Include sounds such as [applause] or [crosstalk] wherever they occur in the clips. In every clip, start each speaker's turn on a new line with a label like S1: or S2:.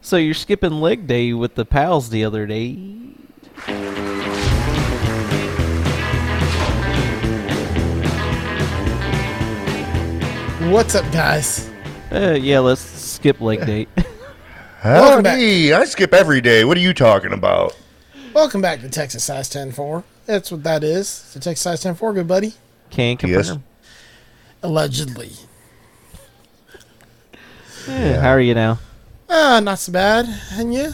S1: So you're skipping leg day with the pals the other day.
S2: What's up, guys?
S1: Uh, yeah, let's skip leg
S3: [laughs]
S1: date.
S2: Welcome back.
S3: Howdy, I skip every day. What are you talking about?
S2: Welcome back to Texas Size 10 4. That's what that is. It's a Texas Size 10 4, good buddy.
S1: Can confirm.
S3: Yes.
S2: Allegedly.
S1: Yeah, How are you now?
S2: Ah, not so bad. And yeah,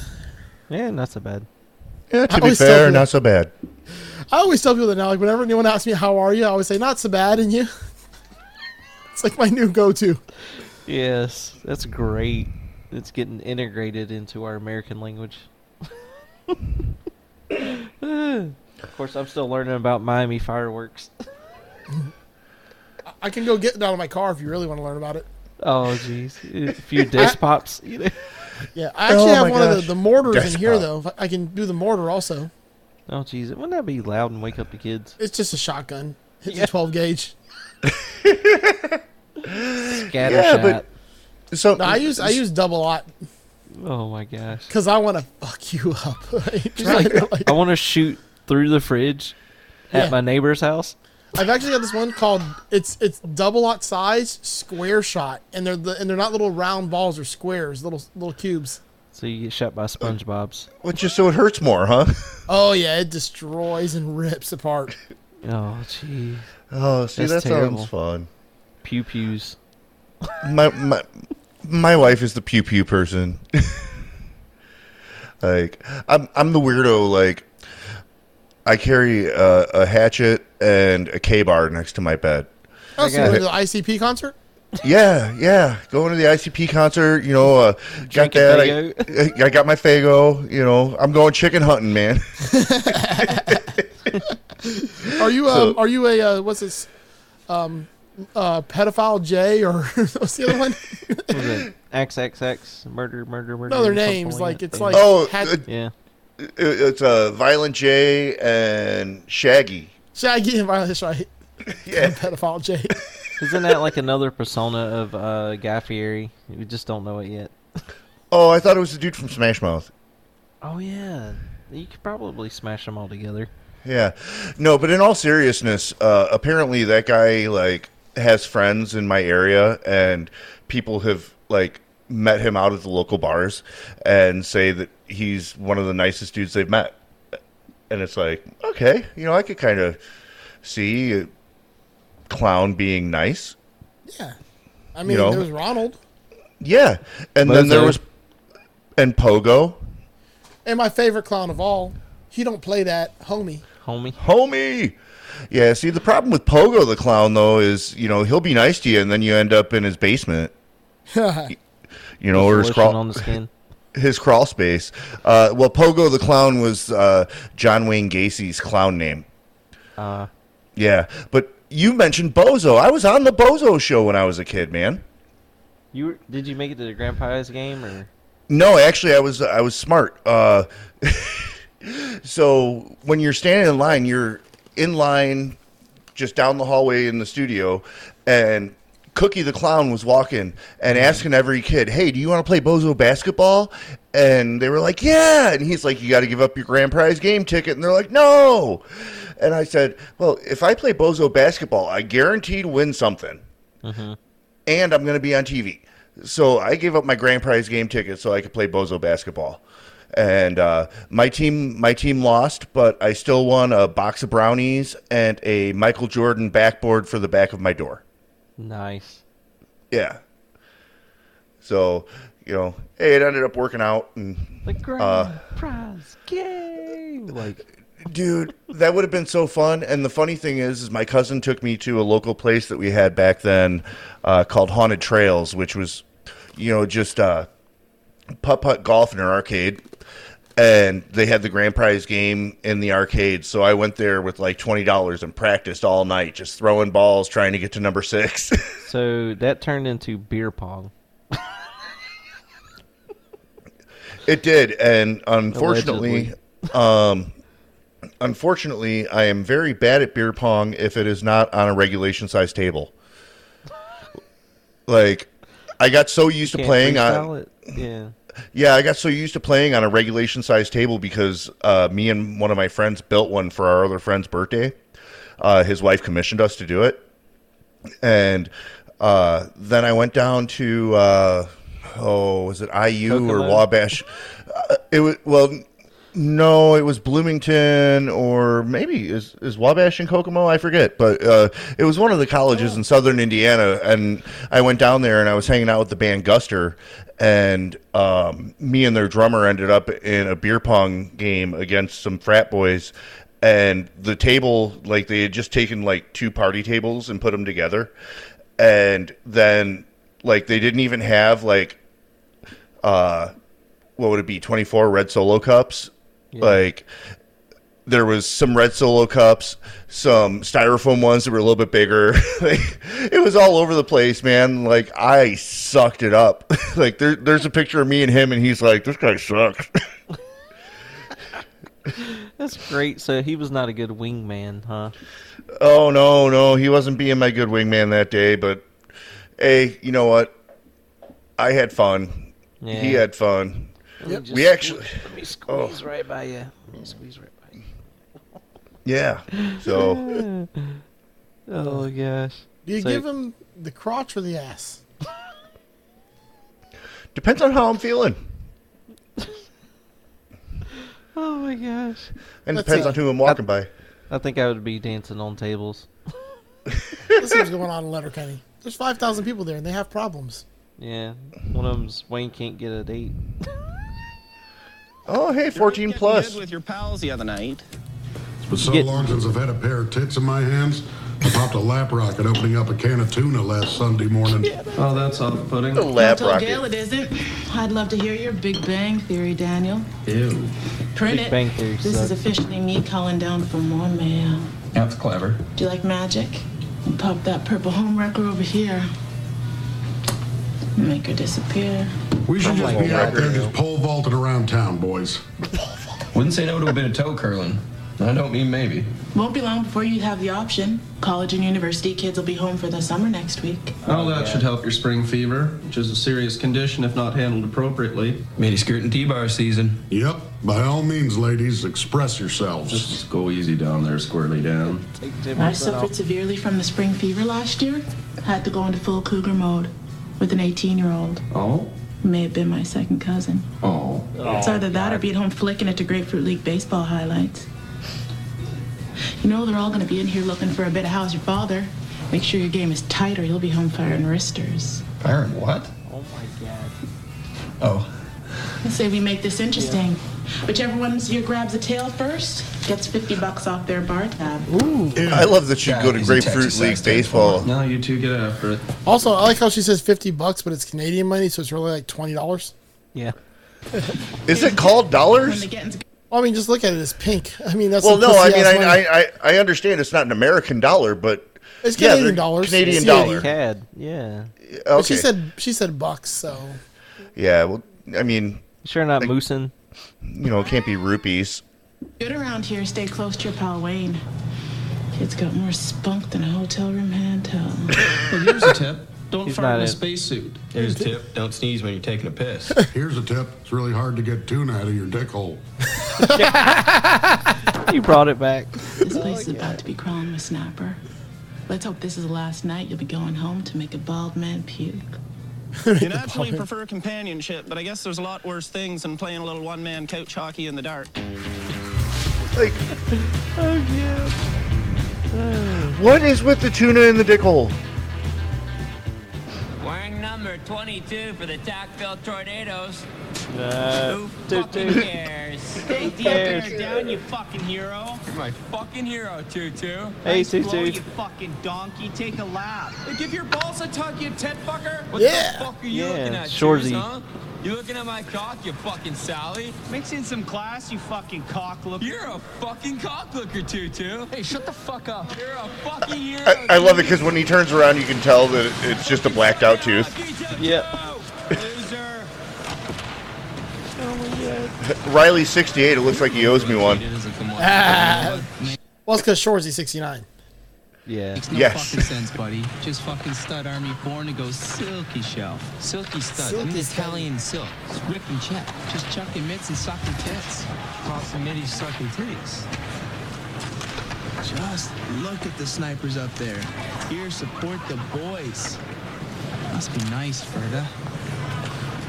S1: Yeah, not so bad.
S3: Yeah, to
S2: I
S3: be
S2: always tell
S3: fair,
S2: people-
S3: not so bad.
S2: I always tell people that now, like, whenever anyone asks me, How are you? I always say, Not so bad. And you? [laughs] it's like my new go to.
S1: Yes, that's great. It's getting integrated into our American language. [laughs] of course, I'm still learning about Miami fireworks. [laughs]
S2: I can go get it out of my car if you really want to learn about it.
S1: Oh, jeez. A few
S3: [laughs]
S1: disc pops. You know.
S2: Yeah, I actually
S3: Oh,
S2: have
S3: my
S2: one of
S3: gosh.
S2: the, the mortars in here,
S3: Despot.
S2: though. If I- I can do the mortar also.
S1: Oh, jeez. Wouldn't that be loud and wake up the kids?
S2: It's just a shotgun. It's
S1: Yeah.
S2: a 12 gauge.
S1: Scatter
S3: Yeah,
S1: shot.
S3: but- So
S2: No, I use I use double lot
S1: Oh, my gosh.
S2: because I want to fuck you up. [laughs] Right? Trying to, [laughs] like-
S1: I want to shoot through the fridge at
S2: Yeah.
S1: my neighbor's house.
S2: I've actually got this one called it's it's double lot size square shot, and they're the, and they're not little round balls or squares, little little cubes.
S1: So you get shot by SpongeBob's.
S3: well, just so it hurts more, huh? [laughs]
S2: Oh yeah, it destroys and rips apart.
S1: Oh, jeez.
S3: Oh, see,
S1: That's
S3: that
S1: terrible.
S3: sounds fun.
S1: Pew pews.
S3: My my my wife is the pew pew person. [laughs] like I'm I'm the weirdo. Like I carry a, a hatchet and a K bar next to my
S2: [laughs]
S3: bed.
S2: Oh, so
S1: got
S2: you went
S3: it.
S2: to the ICP concert?
S3: Yeah, yeah. Going to the ICP concert, you know, uh, got
S1: Drinking
S3: that. I, I got my Fago, you know. I'm going chicken hunting, man. [laughs]
S2: Are you um, are you a uh, what's this um uh pedophile J or [laughs] what's the other
S3: [laughs]
S2: one?
S1: What was it? XXX murder, murder, murder.
S2: No, their
S1: or something
S2: names, like,
S1: that.
S2: it's
S1: Yeah.
S2: like-
S3: Oh,
S2: Had-
S3: it-
S1: Yeah.
S3: it- it's uh, Violent J and Shaggy.
S2: Shaggy and Violet right?
S3: [laughs] Yeah.
S2: Pedophile J.
S1: Isn't that like another persona of uh, Guy Fieri? We just don't know it yet.
S3: Oh, I thought it was the dude from Smash Mouth.
S1: Oh yeah, you could probably smash them all together.
S3: Yeah. No, but in all seriousness, uh, apparently that guy like has friends in my area, and people have like met him out at the local bars and say that he's one of the nicest dudes they've met. And it's like, okay, you know, I could kind of see a clown being nice.
S2: Yeah. I mean,
S3: know?
S2: there was Ronald.
S3: Yeah. And then there
S1: Bozo.
S3: was and Pogo,
S2: And my favorite clown of all, he don't play that, homie. [laughs]
S3: [laughs]
S1: Homie,
S3: homie. Yeah, see the problem with Pogo the clown though is, you know, he'll be nice to you and then you end up in his basement. you know, or his
S1: lotion
S3: crawl,
S1: on the skin.
S3: his crawl space. Uh, well, Pogo the Clown was uh, John Wayne Gacy's clown name.
S1: Uh,
S3: Yeah, but you mentioned Bozo. I was on the Bozo show when I was a kid, man.
S1: you were, did you make it to the grandpa's game or?
S3: No, actually, I was I was smart. Uh, [laughs] so when you're standing in line, you're in line just down the hallway in the studio, and Cookie the clown was walking and asking every kid, "Hey, do you want to play Bozo basketball?" And they were like, "Yeah," and he's like, "You got to give up your grand prize game ticket," and they're like, "No," and I said, "Well, if I play Bozo basketball, I guarantee to win something." and I'm going to be on TV. So I gave up my grand prize game ticket so I could play Bozo basketball. And uh, my team, my team lost, but I still won a box of brownies and a Michael Jordan backboard for the back of my door.
S1: Nice.
S3: Yeah. So, you know, hey, it ended up working out. And
S1: The grand prize game. Like,
S3: dude, that would have been so fun. And the funny thing is, is my cousin took me to a local place that we had back then uh, called Haunted Trails, which was, you know, just uh, putt putt golf in an arcade. And they had the grand prize game in the arcade. So I went there with like $20 and practiced all night, just throwing balls, trying to get to number six. [laughs]
S1: so that turned into beer pong.
S3: It did, and unfortunately, um, unfortunately, I am very bad at beer pong if it is not on a regulation size table. Like, I got so used to
S1: Can't
S3: playing
S1: freestyle
S3: on.
S1: it. Yeah.
S3: Yeah, I got so used to playing on a regulation sized table because uh, me and one of my friends built one for our other friend's birthday. Uh, his wife commissioned us to do it. And uh, then I went down to, uh, oh, was it IU or
S1: Kokomo?
S3: Wabash? Uh, it was, well, no, it was Bloomington or maybe is, is Wabash in Kokomo? I forget. But uh, it was one of the colleges in southern Indiana. And I went down there and I was hanging out with the band Guster. And um, me and their drummer ended up in a beer pong game against some frat boys. And the table, like they had just taken like two party tables and put them together. And then, like, they didn't even have like uh what would it be 24 red solo cups like there was some red solo cups some styrofoam ones that were a little bit bigger [laughs] like, it was all over the place man like i sucked it up [laughs] like there, there's a picture of me and him and he's like this guy sucks [laughs]
S1: That's great. So he was not a good wingman, huh? [laughs]
S3: oh no no he wasn't being my good wingman that day but hey you know what i had fun
S1: Yeah.
S3: he had fun
S1: Let me just
S3: We
S1: sque-
S3: actually- oh,
S1: Let me squeeze right by you. Let me squeeze right by you.
S3: yeah so
S1: Oh gosh.
S2: Do you
S1: So-
S2: give him the crotch or the ass?
S3: [laughs] depends on how i'm feeling
S1: Oh my gosh.
S3: and
S2: Let's
S3: depends
S2: see.
S3: on who i'm walking by
S1: I think I would be dancing on tables.
S2: This is what's going on in Letterkenny. There's 5,000 people there and they have problems.
S1: Yeah. One of them's Wayne can't get a date.
S3: oh hey 14
S4: Getting
S3: plus
S4: good With your pals the other [laughs] night.
S5: It's been so
S1: get-
S5: long since I've had a pair of tits in my hands. I popped a lap rocket opening up a can of tuna last Sunday morning.
S6: Oh, that's off-putting.
S3: The lab
S7: Don't tell
S3: rocket.
S7: Gail it isn't. I'd love to hear your Big Bang Theory, Daniel.
S6: Ew.
S7: Print
S1: Big
S7: it.
S1: Bang Theory
S7: This
S1: sucks.
S7: is officially me calling down for more mail.
S6: That's clever.
S7: Do you like magic? And pop that purple home wrecker over here. Make her disappear.
S5: We should just be out there
S3: record.
S5: just pole vaulting around town, boys.
S6: Wouldn't say no to a bit of toe curling. I don't mean maybe.
S7: Won't be long before you have the option. College and university kids will be home for the summer next week.
S8: Oh, that should help your spring fever, which is a serious condition if not handled appropriately.
S6: Mini skirt and T-bar season.
S5: Yep, by all means, ladies, express yourselves.
S1: [laughs]
S8: Just go easy down there, squarely down.
S1: Take
S7: I
S1: 10% off.
S7: suffered severely from the spring fever last year. Had to go into full cougar mode with an 18 year old.
S8: Oh?
S7: May have been my second cousin.
S8: Oh.
S7: It's either that or be at home flicking it to Grapefruit League baseball highlights. You know, they're all going to be in here looking for a bit of how's your father. Make sure your game is tight or you'll be home firing wristers.
S6: Byron, what?
S1: Oh my god.
S6: Oh,
S7: Let's say we make this interesting. Whichever one's here grabs the tail first gets 50 bucks off their bar tab.
S3: I love that you
S6: That
S3: go to
S6: is a
S3: Grapefruit
S6: Texas
S3: League
S6: accent.
S3: baseball.
S8: Now you two get after it.
S2: Also, I like how she says 50 bucks, but it's Canadian money, so it's really like $20.
S1: Yeah.
S3: Is it called
S7: When
S3: dollars?
S7: the getting's
S2: Well, I mean, just look at it. It's pink. [laughs] I mean, that's
S3: Well, no, I mean,
S2: pussy-ass money.
S3: I, I, I understand it's not an American dollar, but
S2: It's
S3: yeah,
S2: Canadian
S3: they're
S2: dollars.
S3: Canadian
S2: CAD.
S3: dollar.
S1: CAD. Yeah. You
S2: But
S3: Okay.
S2: She said she said bucks, so
S3: yeah, well, I mean,
S1: sure not moosing?
S3: you know, it can't be rupees.
S7: good around here, stay close to your pal Wayne. Kid's got more spunk than a hotel room handheld.
S8: Well, here's a tip. [laughs] Don't
S1: He's
S8: fart
S1: not
S8: in
S1: in.
S8: a spacesuit.
S6: here's a tip. Don't sneeze when you're taking a piss.
S5: Here's a tip it's really hard to get tuna out of your dick hole.
S1: You brought it back.
S7: This place is about to be crawling with snapper. Let's hope this is the last night you'll be going home to make a bald man puke.
S4: You naturally prefer companionship, but I guess there's a lot worse things than playing a little one-man couch hockey in the dark.
S3: Like, what is with the tuna in the dick hole?
S9: Wearing number 22 for the Tacville Tornadoes.
S1: Uh,
S9: Who fucking cares? Stay deep
S1: cares?
S9: in or down, you fucking hero. You're my fucking hero, Tutu.
S1: hey,
S9: Blow, you
S1: Tutu.
S9: fucking donkey. Take a lap. Give your balls a tug, you tit fucker. What
S2: Yeah.
S9: the fuck are you
S1: Yeah,
S9: looking at,
S1: Shorzy.
S9: Cheers, huh? You looking at my cock, you fucking Sally?
S4: Mix in some class, you fucking cock look.
S9: You're a fucking cocklooker, Tutu. Hey, shut the fuck up. You're a fucking hero.
S3: I, I love it because when he turns around, you can tell that it's just a blacked out tooth.
S9: [laughs]
S1: Yeah.
S9: Loser.
S3: Riley 68, it looks like he owes me one.
S6: It isn't the one.
S2: well, it's because Shorzy sixty nine.
S1: Yeah.
S9: Makes no
S3: Yes.
S9: fucking sense,
S3: [laughs]
S9: buddy. Just fucking stud army born to go silky shelf. Silky stud. I mean
S2: Silky stud.
S9: Italian silk. It's whip and check. Just chucking mitts and sucking tits. Pops and middies sucking titties. Just look at the snipers up there. Here, support the boys. Must be nice, Ferda.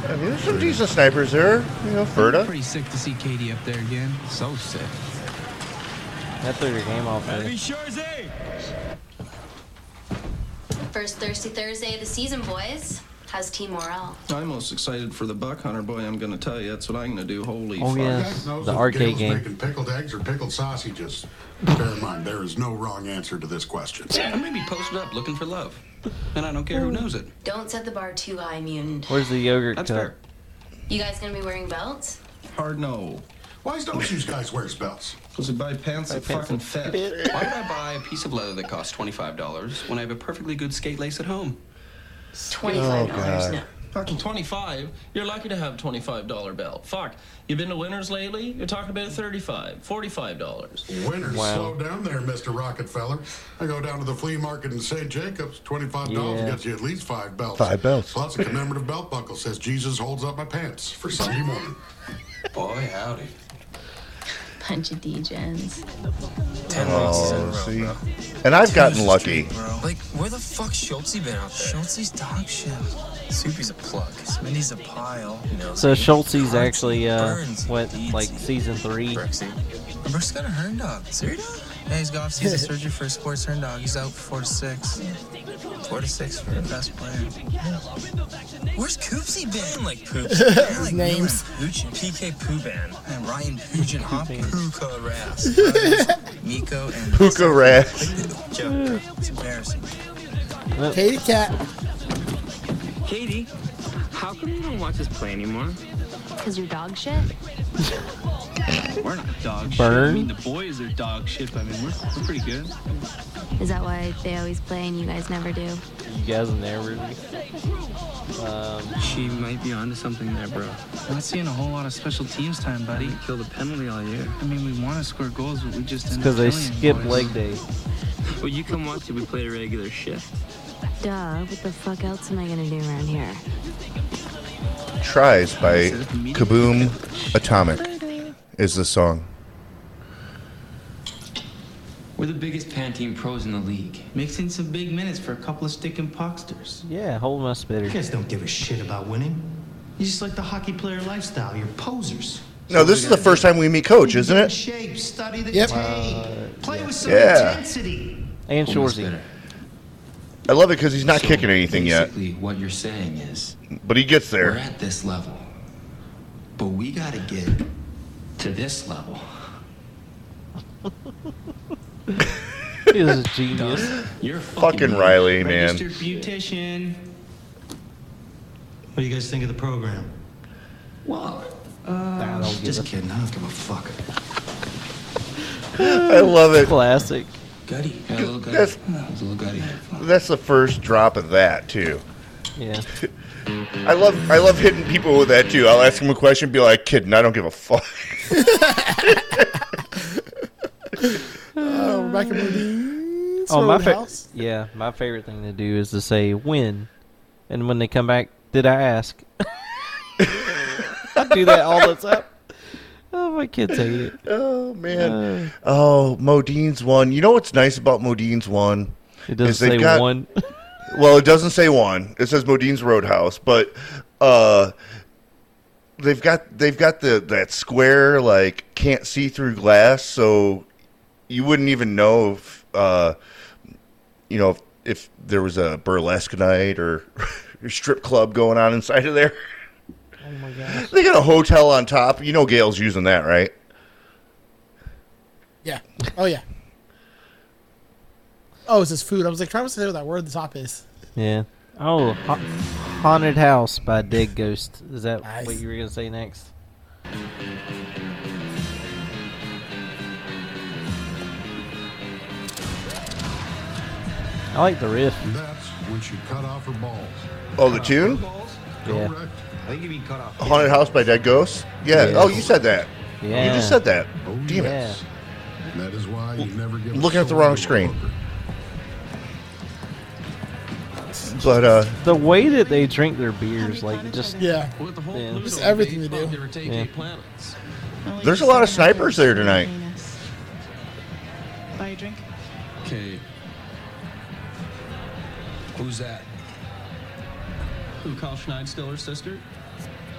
S3: I mean, there's some decent snipers there. You know, Ferda.
S9: Pretty sick to see Katie up there again. So sick.
S1: I threw your game off there.
S10: First Thirsty Thursday of the season, boys. How's Team Morale?
S8: I'm most excited for the Buck Hunter boy. I'm gonna tell you, that's what I'm gonna do. Holy
S1: Oh,
S8: fuck!
S1: yeah.
S5: Jack knows
S1: The
S5: if
S1: arcade
S5: Gail's
S1: game.
S5: making pickled eggs or pickled sausages. Bear in mind, there is no wrong answer to this question.
S6: I may be posted up looking for love, and I don't care who knows it.
S10: [laughs] Don't set the bar too high, mutant.
S1: Where's the yogurt
S6: That's
S1: cup?
S6: fair.
S10: You guys gonna be wearing belts?
S8: Hard no.
S5: Why don't you guys wear belts?
S8: Because I buy pants that
S1: pants
S8: fucking
S1: that
S8: fit.
S6: Why would I buy a piece of leather that costs twenty-five dollars when I have a perfectly good skate lace at home?
S1: Oh,
S10: Twenty-five dollars. no.
S9: Fucking 25? You're lucky to have a $25 belt. Fuck. You've been to winners lately? You're talking about 35 $45.
S5: Winners,
S1: Wow.
S5: slow down there, Mr. Rockefeller. I go down to the flea market in St. Jacobs. Twenty-five dollars
S1: Yeah.
S5: gets you at least five belts.
S3: Five belts.
S5: Plus a commemorative belt buckle says Jesus holds up my pants for Sunday morning.
S6: Boy, howdy.
S10: Bunch of DJs.
S3: Oh, see. And I've gotten lucky.
S9: Bro. Like, where the fuck Schultz been out there? Schultze's dog shit. Soupy's a plug. Smitty's a pile. You know,
S1: So Schultze's actually uh what like season three.
S9: Brexy. And Brooks got a herndog. dog. Serious? Yeah, he's got off-season surgery for a sports herndog. dog. He's out four to six. Four to six for the best player. Where's Koopsy been? Like Poops. His
S2: names.
S9: Pooch and PK Pooban. And Ryan Pooch and Hopkins. Puka Rass. Nico and
S3: Puka Rat.
S9: Joker. It's embarrassing.
S2: Katie Cat.
S9: Katie, how come you don't watch us play anymore?
S10: Cause you're dog shit?
S9: We're not dog shit. I
S1: Burn.
S9: mean, the boys are dog shit. but I mean, we're, we're pretty good.
S10: Is that why they always play and you guys never do?
S1: You guys in there, Ruby?
S9: She might be onto something there, bro. Not seeing a whole lot of special teams time, buddy. Kill the penalty all year. I mean, we want to score goals, but we just end
S1: Because they skip leg day.
S9: Well, you come watch it. We play a regular shift.
S10: Duh, what the fuck else am I gonna do around here?
S3: Tries by Kaboom Atomic is the song.
S9: We're the biggest Pantene pros in the league. Mixing some big minutes for a couple of sticking pocksters.
S1: Yeah, hold my spitter.
S9: guys don't give a shit about winning. You just like the hockey player lifestyle. You're posers.
S3: No, this is the first time we meet Coach, isn't it?
S9: Shape, study the
S2: Yep.
S9: tape, play
S6: Uh,
S9: with some
S3: Yeah.
S9: intensity.
S1: And
S6: Well, Miss
S1: Shorzy.
S6: Bitter,
S3: I love it because he's not
S6: so
S3: kicking anything yet,
S6: Basically, what you're saying is
S3: but he gets
S6: we're
S3: there.
S6: at this level, but we gotta get to this
S3: [gasps]
S6: level.
S1: He is a
S9: [laughs]
S1: genius.
S6: You're a
S3: Fucking Riley, man.
S9: beautician.
S8: What do you guys think of the program?
S6: Well,
S1: I don't give
S6: just
S1: a
S6: kidding. I don't give a fuck.
S3: I love it.
S1: classic.
S6: Gutty. Got a little gutty.
S3: That's-
S6: Got a little gutty.
S3: That's the first drop of that too.
S1: Yeah.
S3: I love I love hitting people with that too. I'll ask them a question, be like, "Kidding, I don't give a fuck." [laughs]
S2: Oh, Rebecca Modine's
S1: Oh, my fa-
S2: Roadhouse.
S1: yeah, my favorite thing to do is to say when, and when they come back, did I ask? [laughs] I do that all the time. Oh, my kids hate it.
S3: Oh man. Oh, Modine's one. You know what's nice about Modine's one?
S1: It doesn't
S3: Is they've
S1: say
S3: got-
S1: one. [laughs]
S3: Well, it doesn't say one. It says Modine's Roadhouse, but uh, they've got they've got the that square like can't see through glass, so you wouldn't even know if uh, you know if, if there was a burlesque night or, [laughs] or strip club going on inside of there.
S1: Oh my gosh.
S3: They got a hotel on top. You know, Gail's using that, right?
S2: Yeah. Oh yeah. Oh, it says food. I was like trying to say what that word the top is.
S1: Yeah. Oh, ha- Haunted House by Dead Ghost. Is that
S2: Nice.
S1: what you were going to say next? I like the riff.
S5: That's when she cut off her balls.
S3: Oh, the tune,
S1: Yeah.
S5: Correct.
S8: I think you'd be cut off.
S3: "Haunted House" by Dead Ghosts. Yeah.
S1: Yeah.
S3: Oh, you said that.
S1: Yeah.
S3: You just said that.
S5: Oh,
S3: Damn it.
S5: That is why you never get. a
S3: Looking at the
S5: soul
S3: wrong
S5: to a
S3: screen.
S5: hooker.
S3: But uh,
S1: the way that they drink their beers, like just
S2: Yeah.
S1: yeah.
S2: It's everything they do.
S1: Yeah.
S3: there's a lot of snipers there tonight.
S7: Buy a drink.
S6: Okay. Who's that?
S8: Who, Kyle Schneidstiller's sister?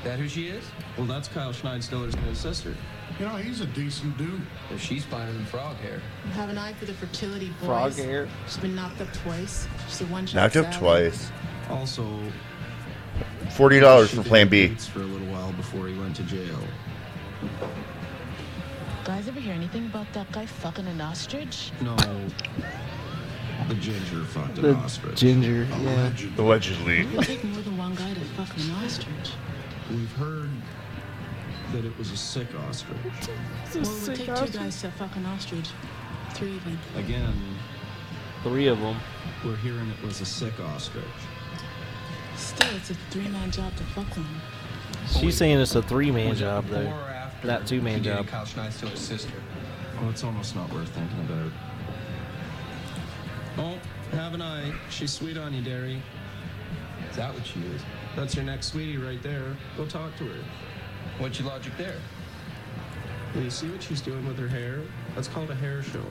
S6: That who she is?
S8: Well, that's Kyle Schneidstiller's little sister.
S5: You know, he's a decent dude.
S6: If she's finer than frog hair.
S7: You have an eye for the fertility boys.
S1: Frog hair.
S7: She's been knocked up twice. She's a one shot.
S3: Knocked up twice.
S8: Also,
S3: Forty dollars
S8: she
S3: for
S8: did
S3: Plan B.
S8: dates For a little while before he went to jail.
S7: Guys, ever hear anything about that guy fucking an ostrich?
S8: No, the ginger fucked an
S1: the
S8: ostrich.
S1: ginger. Yeah.
S3: Allegedly.
S7: It would take more than one guy to fuck an [laughs] ostrich.
S8: We've heard that it was a sick ostrich.
S7: well, it would take two guys to fuck an ostrich. Three even.
S8: Again,
S1: Three of them.
S8: we're hearing it was a sick ostrich.
S7: Still, it's a three-man job to fuck one.
S1: She's saying it's a three-man
S6: Was it
S1: job
S6: before
S1: though,
S6: or after
S1: not
S6: she
S1: two-man
S6: dated
S1: job.
S6: Kyle Schneidstiller's sister.
S8: Oh, it's almost not worth thinking about. Oh, have an eye. She's sweet on you, Derry.
S6: Is that what she is?
S8: That's your next sweetie right there. Go talk to her.
S6: What's your logic there?
S8: Well, you see what she's doing with her hair? That's called a hair show.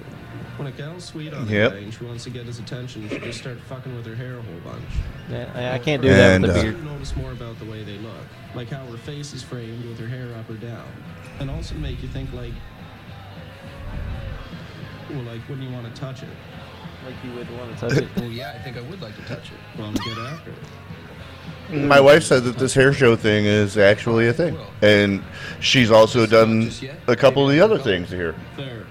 S8: When a gal's sweet on
S3: Yep.
S8: a guy and she wants to get his attention, she just starts fucking with her hair a whole bunch.
S1: Yeah, I, I can't do that with
S3: And,
S1: the
S3: uh,
S8: You
S1: beard.
S3: [laughs]
S8: notice more about the way they look, like how her face is framed with her hair up or down, and also make you think like, well, like when you want to touch it,
S1: Like you would want to touch it.
S6: Well, yeah, I think I would like to touch it.
S8: well, get after it.
S3: My wife said that this hair show thing is actually a thing, and she's also done a couple of the other things here.
S8: There.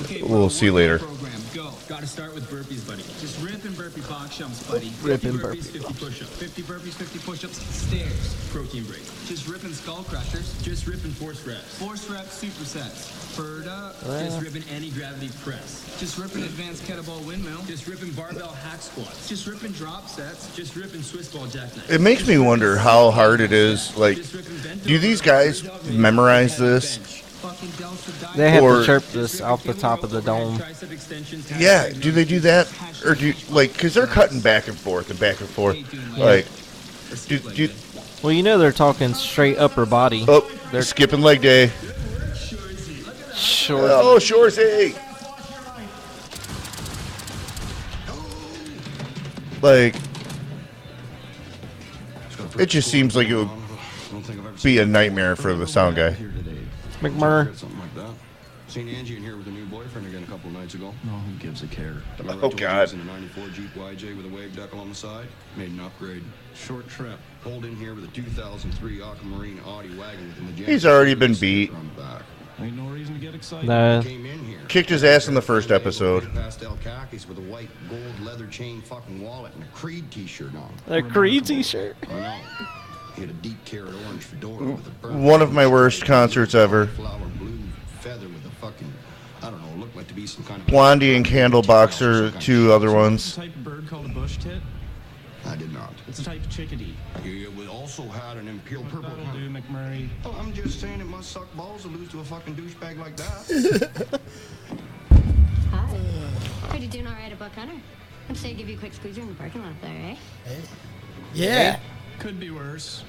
S6: Okay,
S3: We'll
S6: bro,
S3: see you
S6: workout
S3: later.
S6: Program. Go. Got to start with burpees, buddy. Just rip and burpee box jumps, buddy.
S1: Rip
S6: 50
S1: and burpee
S6: burpees, 50 push-ups. 50 burpees, 50 push-ups. Stairs. Protein break. Just ripping skull crushers. Just ripping force reps. Force reps, supersets. Bird up. Just ripping anti-gravity press. Just ripping advanced kettlebell windmill. Just ripping barbell hack squats. Just ripping drop sets. Just ripping Swiss ball jackknife.
S3: It makes me wonder how hard it is. Like, do these guys memorize this?
S6: Fucking delta diet.
S1: They have
S3: Or-
S1: to chirp this off the top of the dome.
S6: Tricep extensions.
S3: Yeah, do they do that, or do like because they're cutting back and forth and back and forth, like do, do
S1: Well, you know they're talking straight upper body.
S3: oh they're skipping leg day.
S1: Short.
S3: Oh, Shorzy. Like, it just seems like it would be a nightmare for the sound guy.
S11: Here today.
S1: McMurr.
S11: Got something like that. Seen Angie in here with her new boyfriend again a couple nights ago.
S8: No, who gives a care?
S11: Remember I
S3: Oh,
S11: told you he
S3: God.
S11: was in a 94 Jeep YJ with a wave deckle on the side. Made an upgrade. Short trip. Pulled in here with a 2003 Aquamarine Audi wagon with an
S3: He's already been beat.
S11: On the back.
S8: Ain't no reason to get excited.
S1: No.
S11: Came in here.
S3: Kicked his ass in the first episode.
S11: Pastel khakis with a white gold leather chain fucking wallet and a Creed t-shirt on.
S1: A Creed t-shirt.
S11: I know. He had a deep carrot orange fedora with a brown-
S3: One of my worst concerts ever.
S11: Flower blue feather with a fucking I don't know, looked like to be some kind of
S3: Blondie and Candlebox are two other
S8: It's
S3: ones.
S8: a type of bird called a bush tit.
S11: I did not.
S8: It's a type of chickadee.
S11: It was also had an imperial
S8: What
S11: purple.
S8: that'll
S11: color.
S8: do, McMurray.
S11: Oh, I'm just saying it must suck balls to lose to a fucking douchebag like
S3: [laughs]
S11: that.
S10: Hi. Heard you doing all right at Buck Hunter. I'm saying give you a quick squeezer in the parking lot there, eh?
S2: Yeah.
S8: Could be worse.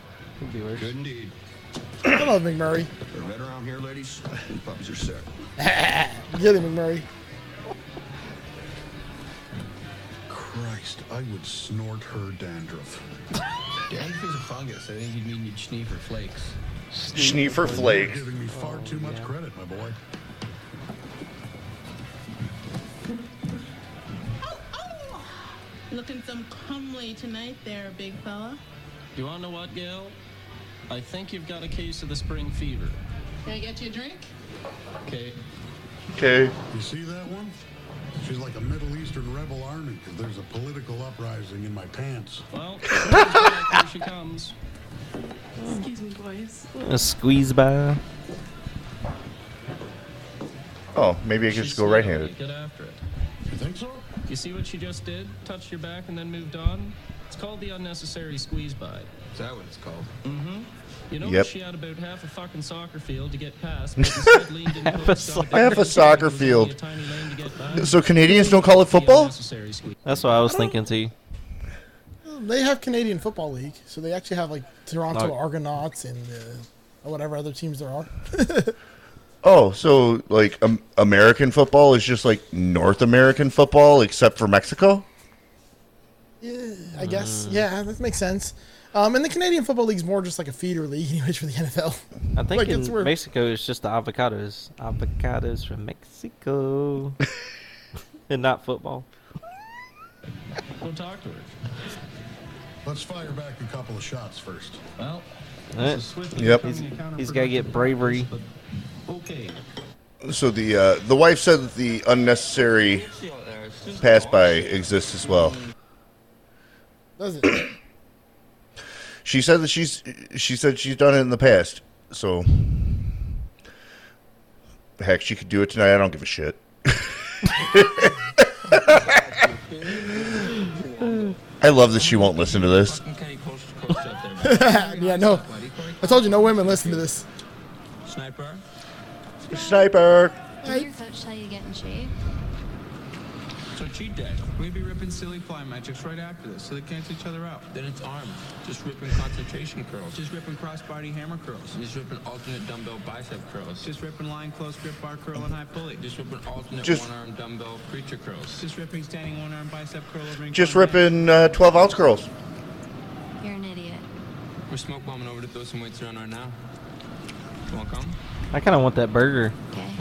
S11: Good indeed.
S2: I love McMurray.
S11: They're right around here, ladies. These puppies are sick.
S2: Get him, McMurray.
S5: Christ, I would snort her dandruff.
S6: Dandruff is a fungus. I think you'd mean you'd sneeze for flakes.
S3: Schneefer
S5: You're
S3: Flakes.
S5: giving me
S9: Oh,
S5: far too much credit, my boy.
S7: Looking some comely tonight there, big fella.
S8: You wanna know what, Gail? I think you've got a case of the spring fever.
S7: Can I get you a drink?
S8: Okay.
S3: Okay.
S5: You see that one? She's like a Middle Eastern rebel army because there's a political uprising in my pants.
S3: [laughs]
S8: Well, here she comes.
S7: Excuse me, boys.
S1: A squeeze by.
S3: Oh, maybe I could
S8: She's
S3: just go right-handed.
S8: sneaky. Get after it.
S5: You think so?
S8: You see what she just did? Touched your back and then moved on? It's called the unnecessary squeeze by.
S6: Is that what it's called?
S8: You know,
S3: Yep.
S8: she had about half a fucking soccer field to get past,
S3: [laughs]
S8: but instead leaned in
S1: Half a
S8: close
S1: soc-
S8: to
S3: Half a soccer
S8: It was only
S3: field.
S8: a tiny lane to get by.
S3: So Canadians don't call it
S8: The
S3: football?
S8: unnecessary squeeze.
S1: That's what I was thinking too.
S2: they have Canadian Football League, so they actually have like Toronto
S3: Not-
S2: Argonauts and uh, whatever other teams there are.
S3: Oh, so like um, American football is just like North American football, except for Mexico.
S2: Yeah, I guess. Yeah, that makes sense. Um, and the Canadian Football League's more just like a feeder league, [laughs] anyways, for the NFL.
S1: I think
S2: Like,
S1: in
S2: it's where-
S1: Mexico it's just the avocados. Avocados from Mexico. and not football.
S8: Go talk to her.
S5: Let's fire back a couple of shots first.
S8: Well,
S1: Alright.
S8: swiftly
S3: Yep.
S1: He's,
S8: becoming a
S1: he's got to get bravery.
S8: Okay.
S3: So the uh, the wife said that the unnecessary pass by exists as well.
S2: Does it?
S3: She said that she's she said she's done it in the past. So heck, she could do it tonight. I don't give a shit. [laughs] I love that she won't listen to this.
S2: [coughs] [laughs] yeah, no. I told you, no women listen to this.
S6: Sniper?
S3: Sniper.
S10: Did your coach tell you to get in shape?
S6: So cheat day. We'd be ripping silly fly magics right after this, so they cancel each other out. Then it's arms. Just ripping concentration curls. Just ripping crossbody hammer curls. Just ripping alternate dumbbell bicep curls. Just ripping lying close grip bar curl and high pulley. Just ripping alternate
S3: Just-
S6: one arm dumbbell preacher curls. Just ripping standing one arm bicep curl over and
S3: Just ripping uh, twelve ounce curls.
S10: You're an idiot.
S6: We're smoke bombing over to throw some weights around right now. You wanna come?
S1: I kind of want that burger.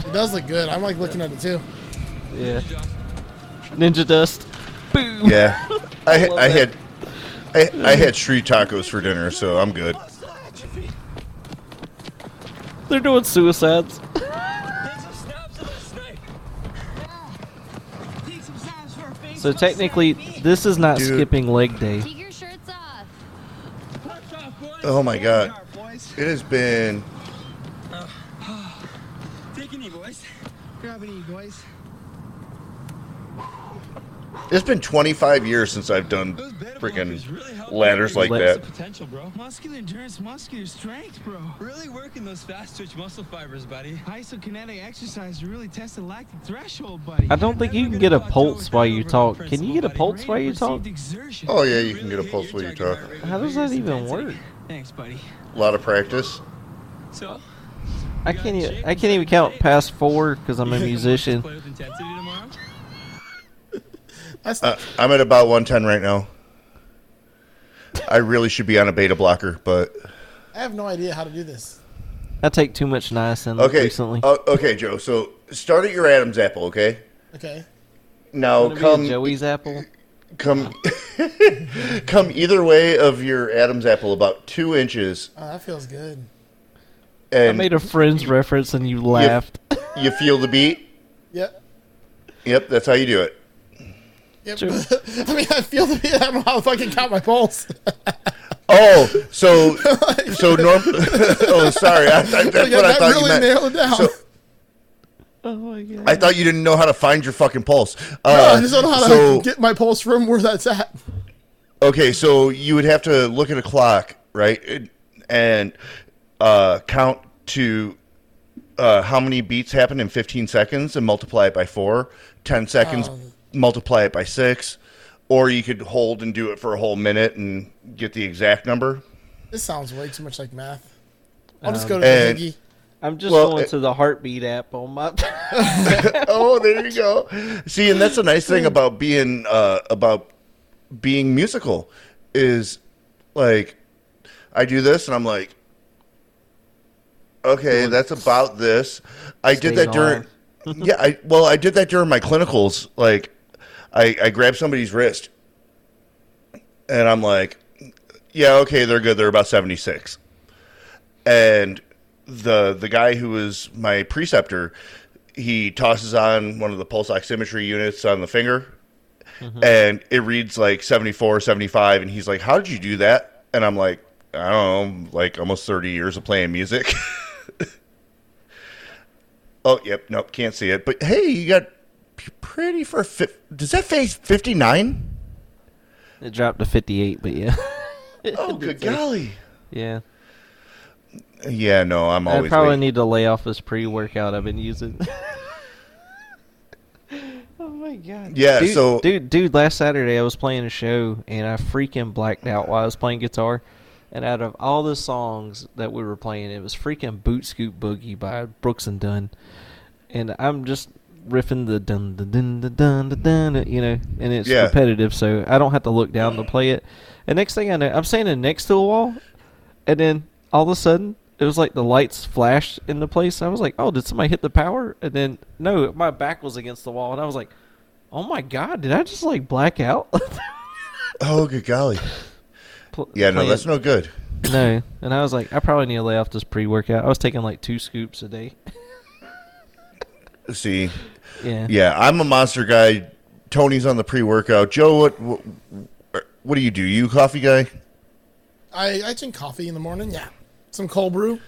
S2: It does look good. I'm like looking at it too.
S1: Yeah. Ninja dust. Boom.
S3: [laughs] Yeah, I ha- I had I, I had street tacos for dinner, so I'm good.
S1: They're doing suicides. So technically, this is not
S3: Dude.
S1: skipping leg day.
S10: Take your shirts off.
S3: Oh my god, it has been
S6: Take an knee, boys. Grab an knee, boys.
S3: it's been 25 years since I've done freaking ladders like that.
S6: Potential, bro. Muscular endurance, muscular strength, bro. Really working those fast twitch muscle fibers, buddy. Isokinetic exercise really tests the lactic threshold, buddy.
S1: I don't think you can get a pulse while you talk. Can you get a pulse while you talk?
S3: Oh yeah, you can get a pulse while you talk.
S1: How does that even work?
S6: Thanks, buddy.
S3: A lot of practice.
S6: So,
S1: I can't. Even, I can't even count past four
S6: [laughs]
S1: because [laughs] I'm a musician.
S6: play with intensity tomorrow?
S3: Uh, I'm at about 110 right now. I really should be on a beta blocker, but
S2: I have no idea how to do this.
S1: I take too much niacin
S3: okay.
S1: recently.
S3: Uh, okay, Joe. So start at your Adam's apple, okay?
S2: Okay.
S3: Now
S1: Wanna be a
S3: come e,
S1: Joey's apple.
S3: come [laughs] come either way of your Adam's apple about two inches,
S2: Oh, that feels good.
S1: I
S3: and
S1: made a friends reference and you laughed.
S3: you feel the beat.
S2: Yep.
S3: Yep, that's how you do it.
S2: Yep. [laughs] I mean, I feel the. I don't know how the fuck I count my pulse.
S3: Oh,
S2: [laughs]
S3: so so norm. [laughs] oh, sorry. I, I, that's
S2: Yeah,
S3: what I
S2: that
S3: thought
S2: really
S3: you meant.
S2: nailed it down.
S3: So,
S1: [laughs] Oh my god.
S3: I thought you didn't know how to find your fucking pulse.
S2: No,
S3: Uh,
S2: [laughs] I just don't know how
S3: so,
S2: to get my pulse from where that's at.
S3: Okay, so you would have to look at a clock, right, and- and uh, count to uh, how many beats happen in 15 seconds and multiply it by four. 10 seconds,
S2: Oh.
S3: multiply it by six. Or you could hold and do it for a whole minute and get the exact number.
S2: This sounds way too much like math. I'll just
S1: Um,
S2: go to
S3: and-
S2: the Higgy.
S1: I'm just
S3: Well,
S1: going
S3: it-
S1: to the heartbeat app on my. [laughs]
S3: oh, there you go. See, and that's the nice thing about being uh, about being musical is like I do this and I'm like, okay, that's about this. I
S1: Stayed
S3: did that during, [laughs] yeah, I well, I did that during my clinicals. Like, I I grabbed somebody's wrist, and I'm like, yeah, okay, they're good. They're about seventy six, and the the guy who was my preceptor, he tosses on one of the pulse oximetry units on the finger, Mm-hmm. and it reads like 74, 75, and he's like, "How did you do that?" And I'm like, "I don't know, like almost thirty years of playing music." [laughs] oh, yep, nope, can't see it. But hey, you got p- pretty for fi- does that face
S1: [laughs]
S3: fifty nine?
S1: it dropped to 58, but yeah. [laughs]
S3: Oh, good golly.
S1: Yeah.
S3: Yeah, no, I'm
S1: I
S3: always.
S1: probably [laughs]
S3: late.
S1: need to lay off this pre-workout I've been using. oh my my god.
S3: Yeah,
S1: Dude-
S3: so-
S1: dude, dude, last Saturday I was playing a show and I freaking blacked out while I was playing guitar. And out of all the songs that we were playing, it was freaking Boot Scoop Boogie by Brooks and Dunn. And I'm just riffing the dun dun dun dun dun dun, dun you know, and it's
S3: Yeah.
S1: repetitive, so I don't have to look down to play it. And next thing I know, I'm standing next to a wall, and then all of a sudden, it was like the lights flashed in the place. I was like, "Oh, did somebody hit the power?" And then no, my back was against the wall, and I was like, "Oh my god, did I just like black out?" [laughs]
S3: oh, good golly! Yeah, no,
S1: playing-
S3: that's no good.
S1: no, and I was like, "I probably need to lay off this pre-workout." I was taking like two scoops a day. [laughs]
S3: See,
S1: Yeah.
S3: yeah, I'm a monster guy. Tony's on the pre-workout. Joe, what, what, what do you do? You a coffee guy?
S2: I, I drink coffee in the morning. Yeah. Some cold brew.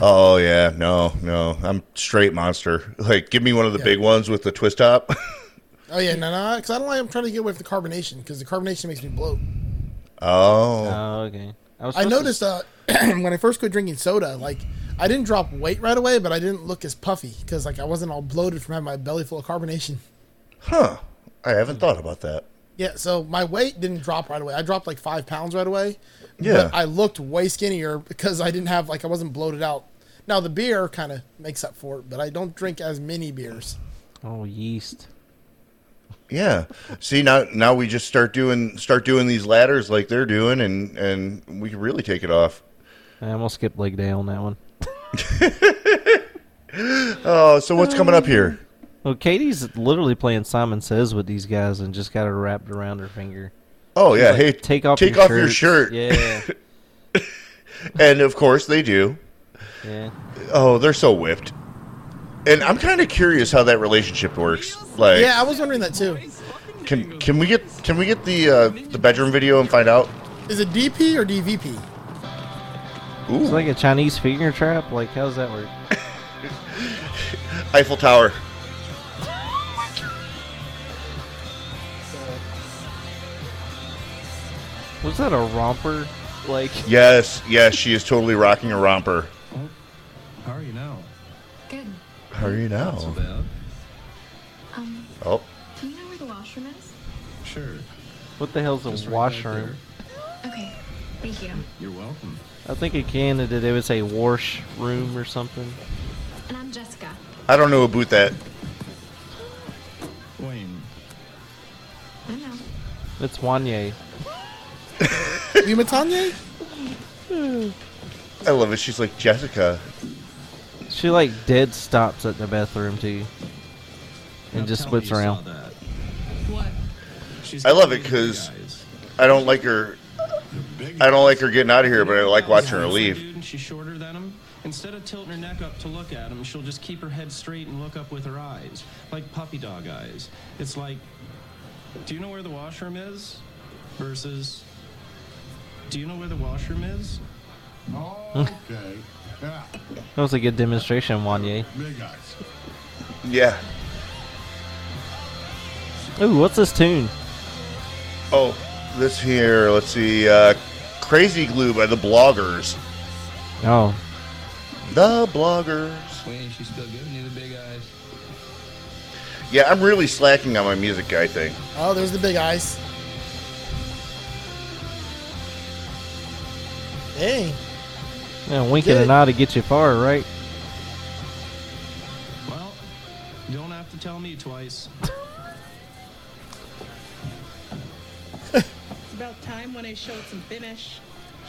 S3: oh yeah, no, no, I'm straight monster. [laughs] Like, give me one of the big ones with the twist top. [laughs]
S2: Oh, yeah. No, no. Because I don't like, I'm trying to get away from the carbonation because the carbonation makes me bloat.
S3: oh.
S1: Oh, okay. was
S2: I
S1: supposed to-
S2: noticed uh, [clears throat] when I first quit drinking soda, like I didn't drop weight right away, but I didn't look as puffy because like I wasn't all bloated from having my belly full of carbonation. [laughs]
S3: Huh. I haven't thought about that.
S2: Yeah, so my weight didn't drop right away. I dropped like five pounds right away.
S3: Yeah.
S2: but I looked way skinnier because I didn't have like I wasn't bloated out. Now the beer kind of makes up for it, but I don't drink as many beers.
S1: Oh, yeast.
S3: Yeah. See now now we just start doing start doing these ladders like they're doing and and we can really take it off.
S1: I almost skipped leg day on that one.
S3: Oh, so what's coming up
S1: Um,
S3: here?
S1: Well, Katie's literally playing Simon Says with these guys and just got it wrapped around her finger.
S3: Oh
S1: She's
S3: yeah,
S1: like,
S3: hey,
S1: take off
S3: take
S1: your
S3: off your
S1: shirts."
S3: shirt. [laughs]
S1: Yeah,
S3: and of course they do.
S1: yeah.
S3: Oh, they're so whipped. And I'm kind of curious how that relationship works. Like,
S2: yeah, I was wondering that too.
S3: can can we get can we get the uh, the bedroom video and find out?
S2: Is it DP or
S1: [laughs]
S2: DVP?
S1: It's like a Chinese finger trap. Like, how's that work?
S3: Eiffel Tower.
S1: Was that a romper? Like,
S3: Yes, yes, she is totally rocking a romper.
S8: How are you now?
S12: Good.
S3: How are you
S8: Not so
S3: now?
S8: bad.
S12: Um,
S3: Oh,
S12: do you know where the washroom is?
S8: Sure.
S1: what the hell's a
S8: Just right back
S1: washroom?
S12: Okay, thank you.
S8: You're welcome.
S1: I think in Canada they would say wash room or something.
S12: And I'm Jessica.
S3: I don't know about that.
S8: Wayne.
S12: I know.
S1: It's Wanye.
S2: You Matanye?
S3: I love it. She's like Jessica.
S1: She like dead stops at the bathroom too, and just whips around.
S3: I love it because I don't like her. I don't like her getting out of here, but I like watching her leave.
S8: Dude, and she's shorter than him. Instead of tilting her neck up to look at him, she'll just keep her head straight and look up with her eyes, like puppy dog eyes. It's like, do you know where the washroom is? Versus, do you know where the washroom is?
S5: [laughs] Okay. Yeah.
S1: That was a good demonstration, Wanye.
S5: Big eyes.
S3: Yeah.
S1: Ooh, what's this tune?
S3: Oh, this here. Let's see. Uh, Crazy Glue by the Bloggers.
S1: Oh,
S3: The Bloggers.
S11: Wayne, she's still giving you the big eyes.
S3: Yeah, I'm really slacking on my music guy thing.
S2: Oh, there's the big eyes. Hey,
S1: yeah, winking
S2: Did
S1: and
S2: it.
S1: eye to get you far, right?
S8: Well, you don't have to tell me twice.
S7: It's about time when I showed some finish.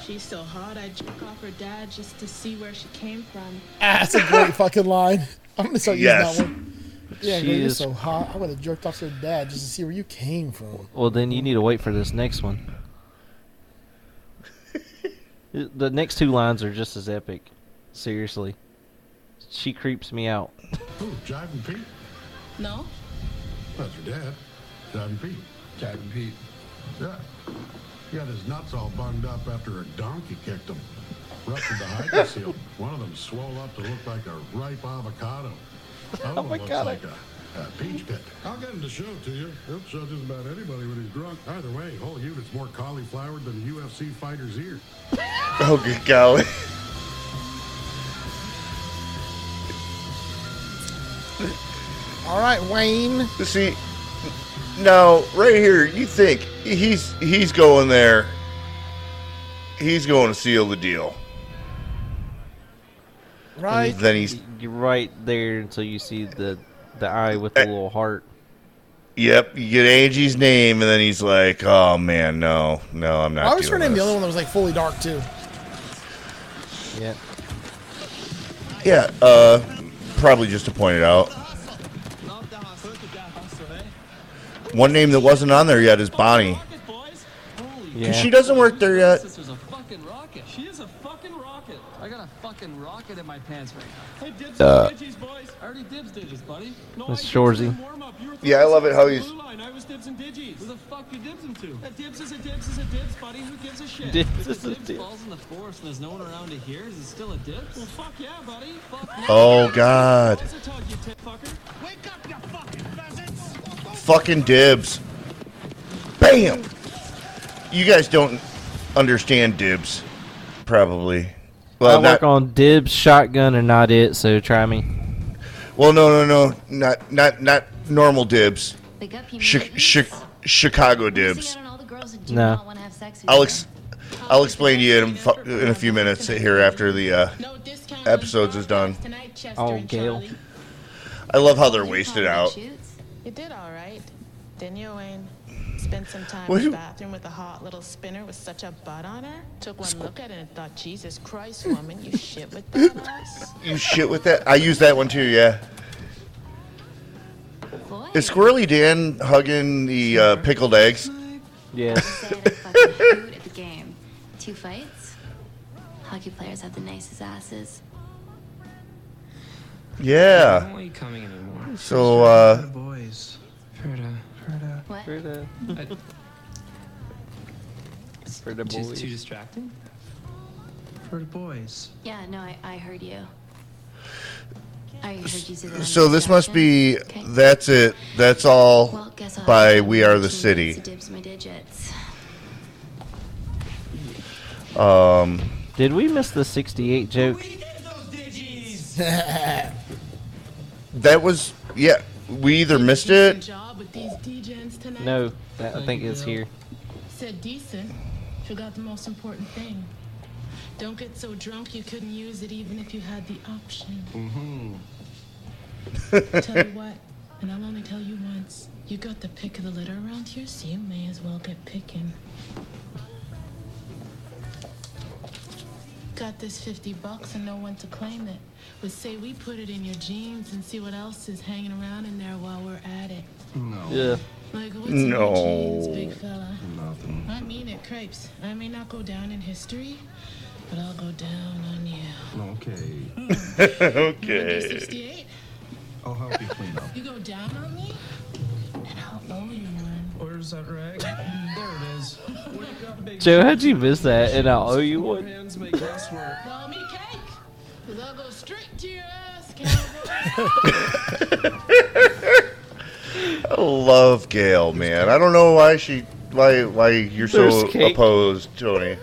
S7: She's so hot, I jerk off her dad just to see where she came from.
S2: that's a
S1: [laughs]
S2: great fucking line. I'm gonna start using
S3: Yes.
S2: that one. Yeah,
S1: She
S2: girl, you're
S1: is-
S2: so hot. I would have jerked off your dad just to see where you came from.
S1: Well, then you need to wait for this next
S8: [laughs]
S1: one. the next two lines are just as epic. Seriously. She creeps me out.
S5: Ooh, Jive and Pete.
S7: No?
S5: That's your dad. Jive and Pete.
S11: Jive and Pete.
S5: Yeah. He got his nuts all bunged up after a donkey kicked him. Ruptured the [laughs] hydrocele. One of them swelled up to look like a ripe avocado. Other one looks like a, a peach pit. I'll get him to show it to you. He'll show just about anybody when he's drunk. Either way, whole unit's more cauliflowered than a UFC fighter's ear.
S3: Oh, good golly. [laughs]
S2: All right, Wayne.
S3: See, Now, right here, you think he's he's going there. He's going to seal the deal.
S2: Right.
S3: Then he's
S1: You're right there until you see the the eye with the little heart.
S3: yep. You get Angie's name, and then he's like, "Oh man, no, no, I'm not."
S2: Why was her
S3: doing
S2: name the
S3: this."
S2: only one that was like fully dark too?
S1: Yeah.
S3: Yeah. Uh, probably just to point it out. One name that wasn't on there yet is Bonnie. 'Cause She doesn't work there yet.
S9: Sister's a fucking rocket. She is a fucking rocket. I got a fucking rocket in my pants right now. Hey, dibs
S3: Uh,
S9: and diggies, boys. I already dibs digits, buddy. No,
S1: That's Shorzy.
S3: Yeah, I love it how he's.
S9: line. I was dibs and diggies. Who the fuck you dibs into? A dibs is a dibs is a dibs, buddy. Who gives a shit?
S1: Dibs
S9: if
S1: is a
S9: the dibs
S1: dibs.
S9: falls in the forest and there's no one around to hear, is it still a dibs? Well, fuck yeah, buddy. Fuck yeah.
S3: Oh God. Fucking dibs. Bam. You guys don't understand dibs, probably. Well,
S1: I work
S3: not,
S1: on dibs, shotgun, and not it. So try me.
S3: well, no, no, no, not, not, not normal dibs. Chi- chi- Chicago dibs.
S1: No.
S3: I'll ex- I'll explain to you in, fu- in a few minutes here after the uh, episodes is done.
S1: Oh, Gail.
S3: I love how they're wasted out.
S7: You did all right, didn't you, Wayne? Spent some time
S3: What
S7: in the
S3: you-
S7: bathroom with a hot little spinner with such a butt on her. Took one look at it and thought, Jesus Christ, woman, you shit with that ass.
S3: You shit with that? I use that one too. Yeah. Is Squirrely Dan hugging the uh, pickled eggs?
S1: Yes.
S10: Dude at the game. Two fights? Hockey players have the nicest asses.
S3: Yeah.
S9: Why are you coming anymore?
S3: So, uh,
S9: boys. Frida. Frida.
S10: What?
S1: Frida.
S3: [laughs]
S9: Frida
S1: boys.
S9: Too distracting? Frida boys.
S10: Yeah, no, I, I heard you. I heard you say that.
S3: so this must be that's it. That's all by We Are the City.
S10: Dibs my digits.
S3: Um,
S1: Did we miss the 68 joke?
S3: that was yeah. We either missed it.
S7: Job with these DJs tonight.
S1: No. That, I think it's here.
S7: Said decent. Forgot the most important thing. Don't get so drunk you couldn't use it even if you had the option.
S9: Mm-hmm.
S7: tell you what, and I'll only tell you once. You got the pick of the litter around here, so you may as well get picking. Got this 50 bucks and no one to claim it. But say we put it in your jeans and see what else is hanging around in there while we're at it.
S9: No.
S2: Oh.
S1: Yeah.
S7: Like, what's
S3: No.
S7: in your jeans, big fella?
S9: Nothing.
S7: I mean it, Crepes. I may not go down in history, but I'll go down on you.
S9: Okay.
S7: Remember
S3: okay.
S7: 68?
S9: I'll help you clean up.
S7: You go down on me, and I'll owe you one.
S9: Where's that rag? there it is. What you got, big
S1: Joe, how'd you miss that? And I'll owe you one.
S9: hands make less work.
S7: Roll me cake, because I'll go straight to your ass, cowboy.
S3: I love Gail, man. I don't know why she why why you're so
S1: There's cake.
S3: opposed, Tony.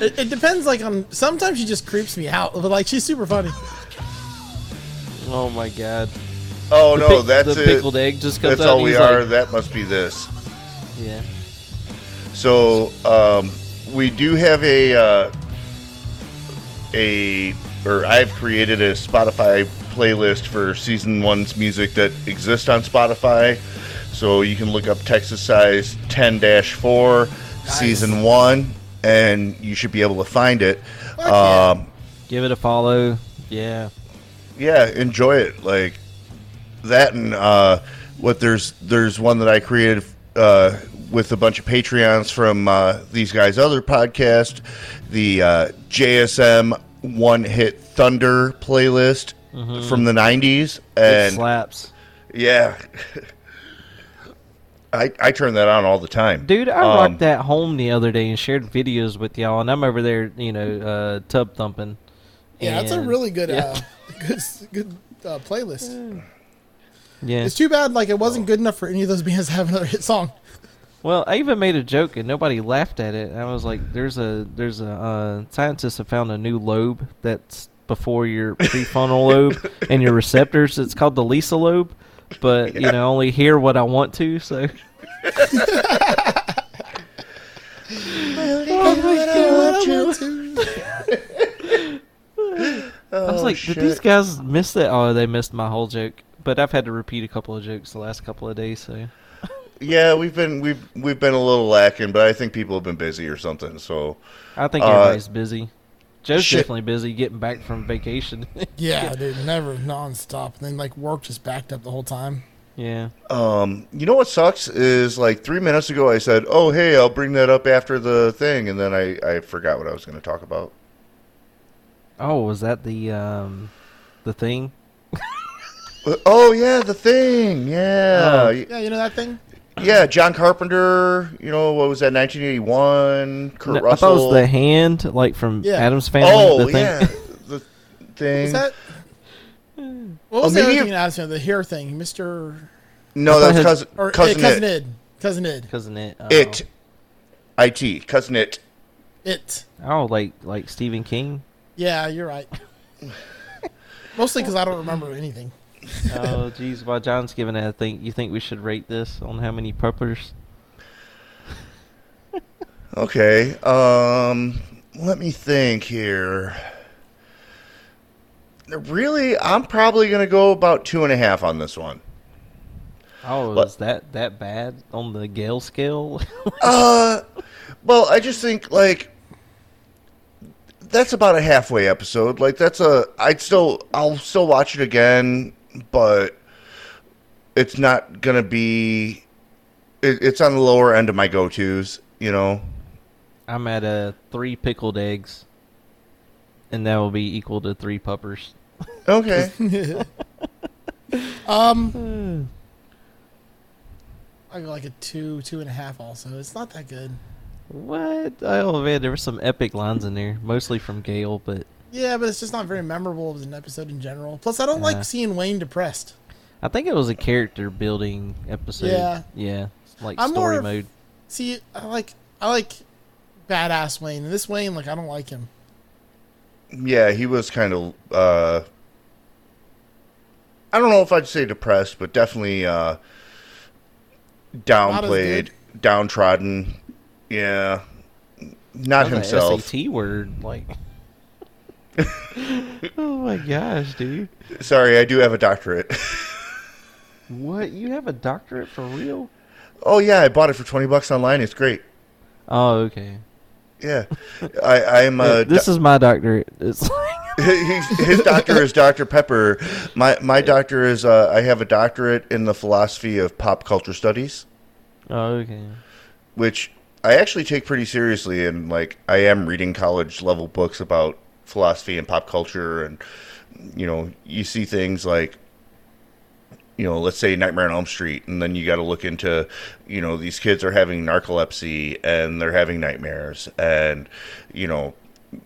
S2: It, it depends. Like on sometimes she just creeps me out, but like she's super funny.
S1: Oh my god.
S3: Oh
S1: The
S3: no,
S1: pic-
S3: that's
S1: the
S3: it.
S1: pickled egg just comes
S3: That's
S1: out
S3: all
S1: and
S3: we
S1: he's
S3: are.
S1: like-
S3: that must be this.
S1: Yeah.
S3: So um, we do have a uh, a or I've created a Spotify playlist for season one's music that exists on Spotify. So you can look up Texas Size 10 4 season one, and you should be able to find it. Um,
S1: Give it a follow. Yeah.
S3: yeah enjoy it like that and uh what there's there's one that i created uh with a bunch of patreons from uh these guys other podcast the uh jsm one hit thunder playlist
S1: Mhm.
S3: from the 90s
S1: it
S3: and
S1: slaps.
S3: yeah i i turn that on all the time
S1: Dude, I
S3: Um,
S1: rocked that home the other day and shared videos with y'all, and I'm over there, you know, uh, tub thumping.
S2: Yeah, that's a
S1: And-
S2: really good,
S1: Yeah.
S2: uh, good, good uh, playlist.
S1: yeah.
S2: It's too bad like it wasn't good enough for any of those bands to have another hit [laughs] song.
S1: Well, I even made a joke and nobody laughed at it. I was like, "There's a there's a uh, scientists have found a new lobe that's before
S3: [laughs]
S1: your prefrontal lobe
S3: [laughs]
S1: and your receptors. It's called the Lisa lobe, but you know, I only hear what I want to." So I
S3: Oh,
S1: was like, did these guys miss that? Oh, they missed my whole joke. But I've had to repeat a couple of jokes the last couple of days, so.
S3: Yeah, we've been we've we've been a little lacking, but I think people have been busy or something. So
S1: I think
S3: uh,
S1: everybody's busy. Joe's
S3: shit.
S1: definitely busy getting back from vacation. [laughs]
S2: Yeah, dude, never nonstop. And then like work just backed up the whole time.
S1: Yeah.
S3: Um, you know what sucks is like three minutes ago I said, "Oh hey, I'll bring that up after the thing," and then I I forgot what I was going to talk about.
S1: Oh, was that the um, the thing?
S3: Oh yeah, the thing. Yeah.
S1: Oh.
S3: Y-
S2: Yeah, you know that thing?
S3: Yeah, John Carpenter. You know what was that? 1981. Kurt
S1: No, I
S3: Russell.
S1: thought it was the hand, like from
S3: Yeah.
S1: Adam's family.
S3: Oh,
S1: the thing. [laughs]
S3: yeah. the thing.
S2: Was that? What was
S3: Oh,
S2: the other
S3: maybe
S2: thing in Addison? The hair thing, Mister.
S3: No, that's cousin
S2: Or, yeah,
S3: cousin,
S2: cousin
S3: it.
S2: Id. Cousin Id.
S1: Cousin Id.
S3: It. It. Cousin it.
S2: It.
S1: Oh, like like Stephen King.
S2: Yeah, you're
S3: [laughs]
S2: right. Mostly because I don't remember anything.
S3: [laughs]
S1: oh, geez, while John's giving it, I think you think we should rate this on how many puppers?
S3: Okay. Um, let me think here. Really, I'm probably gonna go about two and a half on this one.
S1: Oh,
S3: What?
S1: is that that bad on the Gale scale? [laughs]
S3: Uh, well, I just think like that's about a halfway episode. Like that's a I'd still I'll still watch it again, but it's not gonna be. It, it's on the lower end of my go tos. You know.
S1: I'm at a three pickled eggs, and that will be equal to three puppers.
S3: Okay. Hmm.
S2: um, I go like a two, two and a half. Also, it's not that good.
S1: What? Oh man, there were some epic lines in there, mostly from Gale, but
S2: Yeah, but it's just not very memorable as an episode in general. Plus, I don't
S1: Yeah.
S2: like seeing Wayne depressed.
S1: I think it was a character building episode.
S2: Yeah.
S1: yeah, like
S2: I'm more
S1: story
S2: of-
S1: mode.
S2: See, I like I like badass Wayne, and this Wayne, like I don't like him.
S3: Yeah, he was kind of. Uh, I don't know if I'd say depressed, but definitely uh,
S2: as
S3: downplayed,
S2: good.
S3: downtrodden. Yeah,
S1: That
S3: not
S1: was a
S3: himself.
S1: SAT word,
S3: [laughs]
S1: like. oh my gosh, dude!
S3: Sorry, I do have a doctorate. [laughs]
S1: What? You have a doctorate for real?
S3: oh yeah, I bought it for twenty bucks online. It's great.
S1: Oh, okay.
S3: Yeah, I I'm
S1: Yeah,
S3: a. [laughs]
S1: this is my doctorate. It's [laughs]
S3: his, his doctor is Dr. Pepper. My my doctor is uh, I have a doctorate in the philosophy of pop culture studies.
S1: oh, okay.
S3: which I actually take pretty seriously, and like I am reading college level books about philosophy and pop culture, and you know, you see things like, you know, let's say Nightmare on Elm Street, and then you got to look into, you know, these kids are having narcolepsy and they're having nightmares, and you know.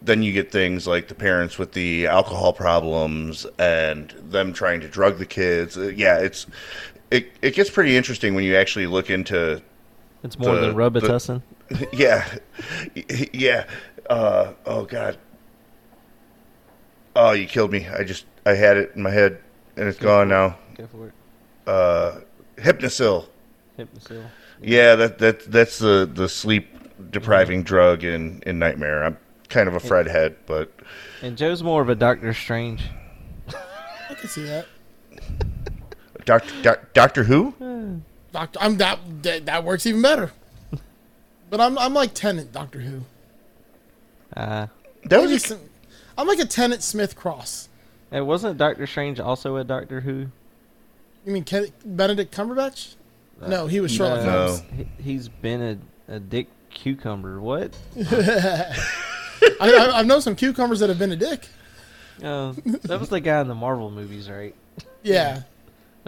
S3: Then you get things like the parents with the alcohol problems and them trying to drug the kids. Uh, Yeah, it's it it gets pretty interesting when you actually look into
S1: It's more
S3: the-
S1: than Robitussin.
S3: the- yeah, Y- yeah. Uh, oh God. Oh, you killed me. I just I had it in my head and it's gone now.
S1: Go for it.
S3: Uh, Hypnosil.
S1: Hypnosil.
S3: Yeah, that that that's the the sleep depriving drug in in Nightmare. I'm kind of a Fred head, but
S1: And Joe's more of a Doctor Strange.
S2: I can see that.
S3: Doctor doc, Doctor Who.
S2: Doctor, I'm that that, that works even
S1: [laughs]
S2: better. But I'm I'm like Tenant Doctor Who.
S1: Uh,
S3: That
S2: Maybe some- I'm like a Tenant Smith Cross.
S1: it wasn't Doctor Strange also a Doctor Who?
S2: You mean Ken, Benedict Cumberbatch?
S1: Uh,
S2: no, he was Sherlock
S1: [laughs]
S2: Holmes.
S1: He- He's been a, a dick cucumber. What?
S2: I, I, I've known some cucumbers that have been a dick.
S1: Uh, that was the guy in the Marvel movies, right?
S2: Yeah,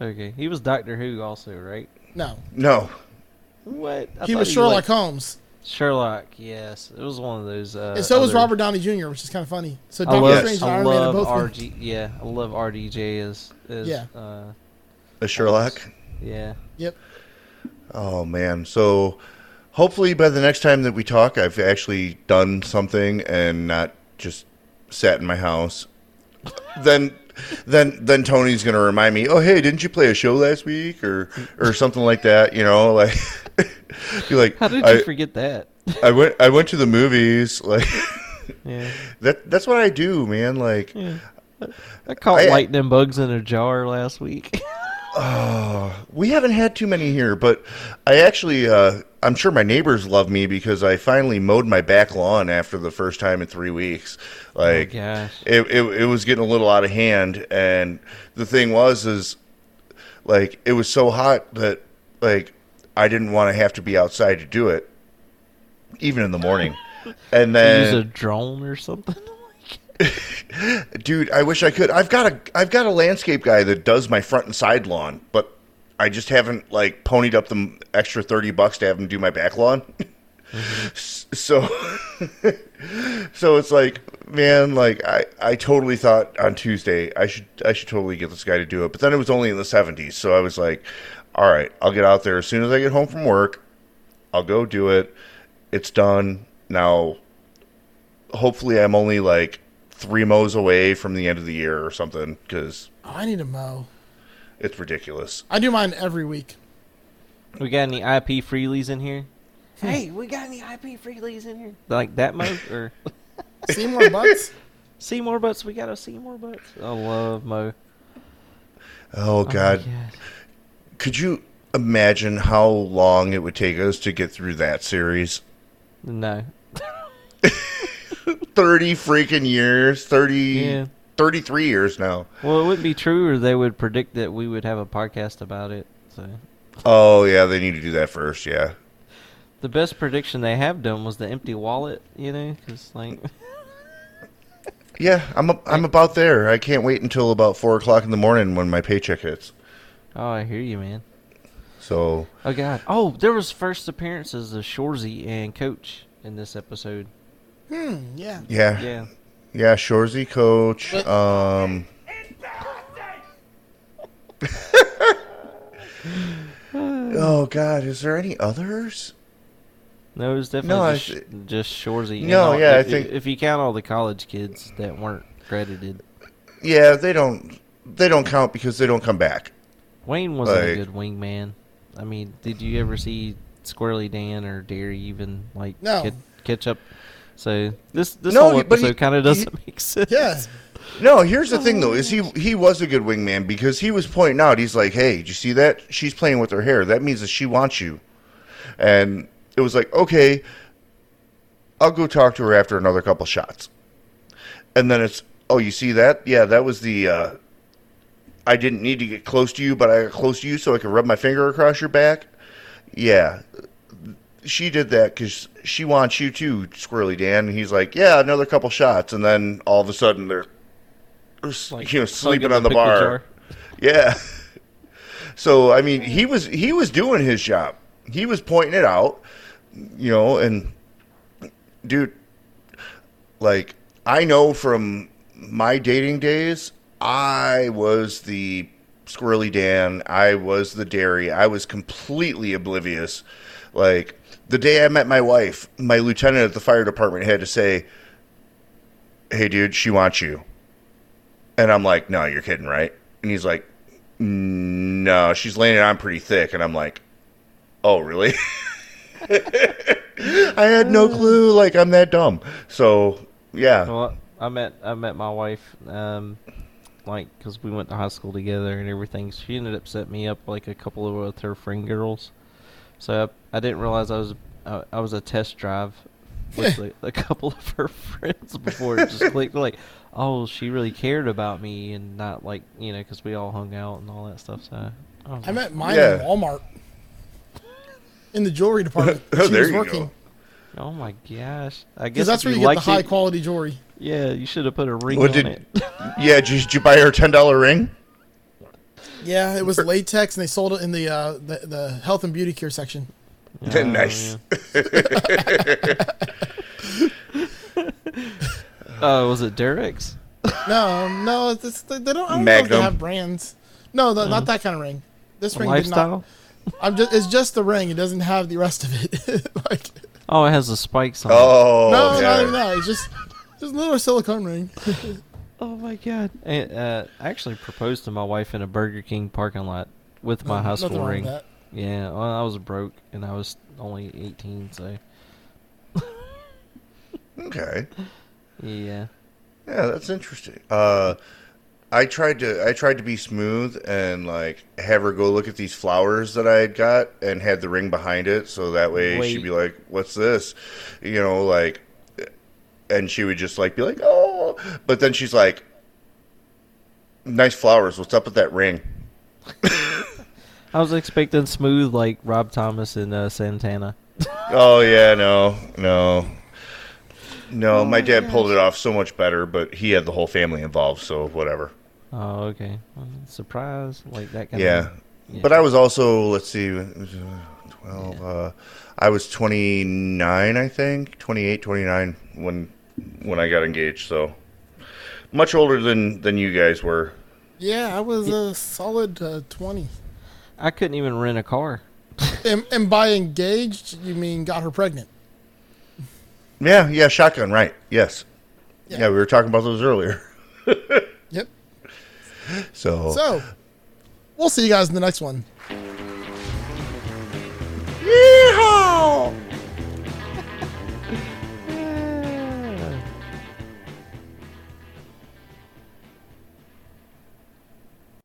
S1: Okay, he was Doctor Who also, right?
S2: no,
S3: No.
S1: What? I
S2: he
S1: thought
S2: was Sherlock
S1: liked-
S2: Holmes,
S1: Sherlock, yes, it was one of those. Uh,
S2: and so was
S1: other-
S2: Robert Downey Jr., which is kind of funny. So
S1: I
S2: Doctor
S1: love,
S2: Strange and
S1: I
S2: Iron Man are
S1: love
S2: both.
S1: RG. Yeah, I love RDJ as as
S2: Yeah.
S1: uh,
S3: A Sherlock.
S1: yeah.
S2: Yep.
S3: Oh man. So hopefully by the next time that we talk, I've actually done something and not just sat in my house. [laughs] then then then Tony's going to remind me, "Oh, hey, didn't you play a show last week or or something like that, you know, [laughs] like Be like,
S1: How did you
S3: I-
S1: forget that?
S3: I went. I went to the movies. Like,
S1: [laughs]
S3: [laughs]
S1: Yeah.
S3: that. That's what I do, man. Like,
S1: I caught
S3: I- uh,
S1: lightning bugs in a jar last week. [laughs]
S3: Oh, we haven't had too many here, but I actually, uh, I'm sure my neighbors love me because I finally mowed my back lawn after the first time in three weeks. Like,
S1: gosh.
S3: It, it, it was getting a little out of hand. And the thing was, is like, it was so hot that, like, I didn't want to have to be outside to do it, even in the morning.
S1: [laughs]
S3: And then
S1: Use a drone or something.
S3: Dude, I wish I could. I've got a I've got a landscape guy that does my front and side lawn, but I just haven't like ponied up the m- extra 30 bucks to have him do my back lawn. [laughs] S- so [laughs] so it's like, man, like I I totally thought on Tuesday I should I should totally get this guy to do it, but then it was only in the 70s, so I was like, all right, I'll get out there as soon as I get home from work. I'll go do it. It's done. Now hopefully I'm only like three mows away from the end of the year or something because
S2: I need to mow.
S3: it's ridiculous.
S2: I do mine every week.
S1: [laughs] We got any IP freelies in here?
S2: Hey,
S1: we got any IP freelies in here? Like that mode or
S2: Seymour Butts?
S1: Seymour Butts, we got a Seymour Butts. I love Mo.
S3: Oh
S1: my
S3: God,
S1: gosh.
S3: could you imagine how long it would take us to get through that series?
S1: No.
S3: Thirty freaking years, thirty,
S1: Yeah.
S3: thirty-three years now.
S1: Well, it wouldn't be true, or they would predict that we would have a podcast about it. So
S3: Oh yeah, they need to do that first. Yeah,
S1: the best prediction they have done was the empty wallet. You know, because like [laughs]
S3: yeah. I'm a, I'm about there. I can't wait until about four o'clock in the morning when my paycheck hits.
S1: Oh, I hear you, man.
S3: So
S1: Oh God. Oh, there was first appearances of Shorzy and Coach in this
S3: [laughs]
S1: episode.
S2: Hmm, [laughs] yeah.
S3: yeah,
S1: Yeah.
S3: yeah. Shorzy coach.
S2: But-
S3: Um, oh God, is there any others?
S1: No, it was
S3: No, I
S1: definitely just, just Shorzy. and
S3: No,
S1: all-
S3: yeah, I
S1: if,
S3: think-
S1: if you count all the college kids that weren't credited,
S3: Yeah, they don't they don't count because they don't come back.
S1: Wayne wasn't a
S3: Like-
S1: good wingman. I mean, did you ever see Squirrely Dan or Derry even like
S2: No.
S1: ca- catch up? So this this
S3: No,
S1: whole
S3: but he-
S1: episode kind of doesn't [laughs]
S3: he-
S1: make sense.
S2: Yeah.
S3: No, here's the thing though, is he he was a good wingman because he was pointing out, he's like, Hey, did you see that? She's playing with her hair. That means that she wants you. And it was like, Okay, I'll go talk to her after another couple shots. And then it's oh, you see that? Yeah, that was the uh I didn't need to get close to you, but I got close to you so I could rub my finger across your back. Yeah. She did that because she wants you too, Squirrely Dan. And he's like, yeah, another couple shots. And then all of a sudden they're, they're s- you know, sleeping
S1: in
S3: on
S1: the
S3: the
S1: pickle
S3: bar.
S1: jar.
S3: Yeah. [laughs] So, I mean, he was he was doing his job. He was pointing it out, you know, and dude, like I know from my dating days, I was the squirrely Dan, I was the dairy, I was completely oblivious. Like the day I met my wife, my lieutenant at the fire department had to say, "Hey, dude, she wants you," and I'm like, "No, you're kidding, right?" And he's like, "No, she's laying it on pretty thick," and I'm like, "Oh, really?" [laughs] I had no clue. Like I'm that dumb. So yeah,
S1: Well, I met I met my wife, um, like because we went to high school together and everything. She ended up setting me up like a couple of with her friend girls. So I, I didn't realize I was uh, I was a test drive
S2: [laughs]
S1: with like, a couple of her friends before it just clicked. Like, oh, she really cared about me and not like you know because we all hung out and all that stuff. So I, was
S2: I
S1: like,
S2: met mine
S3: Yeah.
S2: at Walmart in the jewelry department.
S3: [laughs] Oh,
S2: she
S3: there
S2: was
S3: you
S2: working
S3: go.
S1: Oh my gosh! I guess
S2: because that's
S1: if
S2: where you,
S1: you
S2: get the
S1: liked
S2: high
S1: it-
S2: quality jewelry.
S1: Yeah, you should have put a ring
S3: What
S1: on
S3: did-
S1: it.
S3: [laughs] yeah. Did you, did you buy her a ten
S2: [laughs]
S3: dollar ring?
S2: Yeah, it [laughs] was latex, and they sold it in the uh, the, the health and beauty care section.
S1: Oh,
S3: nice.
S1: Uh, was it Derek's?
S2: No, no, it's, it's, they don't. I don't know if
S3: Magnum.
S2: they have brands. No, no, not that kind of ring. This
S1: Mm-hmm. A
S2: ring
S1: lifestyle?
S2: did not. I'm just. It's just the ring. It doesn't have the rest of it. [laughs] like
S1: Oh, it has the spikes on. it.
S3: [laughs] Oh,
S2: no, not
S3: yeah.
S2: even that. It's just just a little silicone ring.
S1: Oh my god! And, uh, I actually proposed to my wife in a Burger King parking lot with my high
S2: Oh, [laughs] Nothing
S1: school
S2: wrong with
S1: ring.
S2: that.
S1: Yeah, well, I was broke and I was only 18, so.
S3: Okay.
S1: Yeah.
S3: Yeah, that's interesting. Uh, I tried to I tried to be smooth and like have her go look at these flowers that I had got and had the ring behind it, so that way
S1: Wait.
S3: she'd be like, "What's this?" You know, like, and she would just like be like, "Oh," but then she's like, "Nice flowers. What's up with that ring?"
S1: I was expecting smooth like Rob Thomas and uh, Santana.
S3: Oh yeah, no, no, no. Oh, my dad pulled it off so much better, but he had the whole family involved, so whatever.
S1: Oh, okay. Well, surprise, like that kind
S3: yeah.
S1: of.
S3: But I was also, let's see, it was, uh, 12, uh, I was 29, I think, 28, 29 when when I got engaged, so much older than than you guys were.
S2: Yeah, I was a solid uh, 20.
S1: I couldn't even rent a car.
S2: And, and by engaged, you mean got her pregnant.
S3: Yeah, yeah, shotgun, right. Yes. Yeah, we were talking about those earlier. [laughs]
S2: Yep.
S3: So, Oh.
S2: So, we'll see you guys in the next one.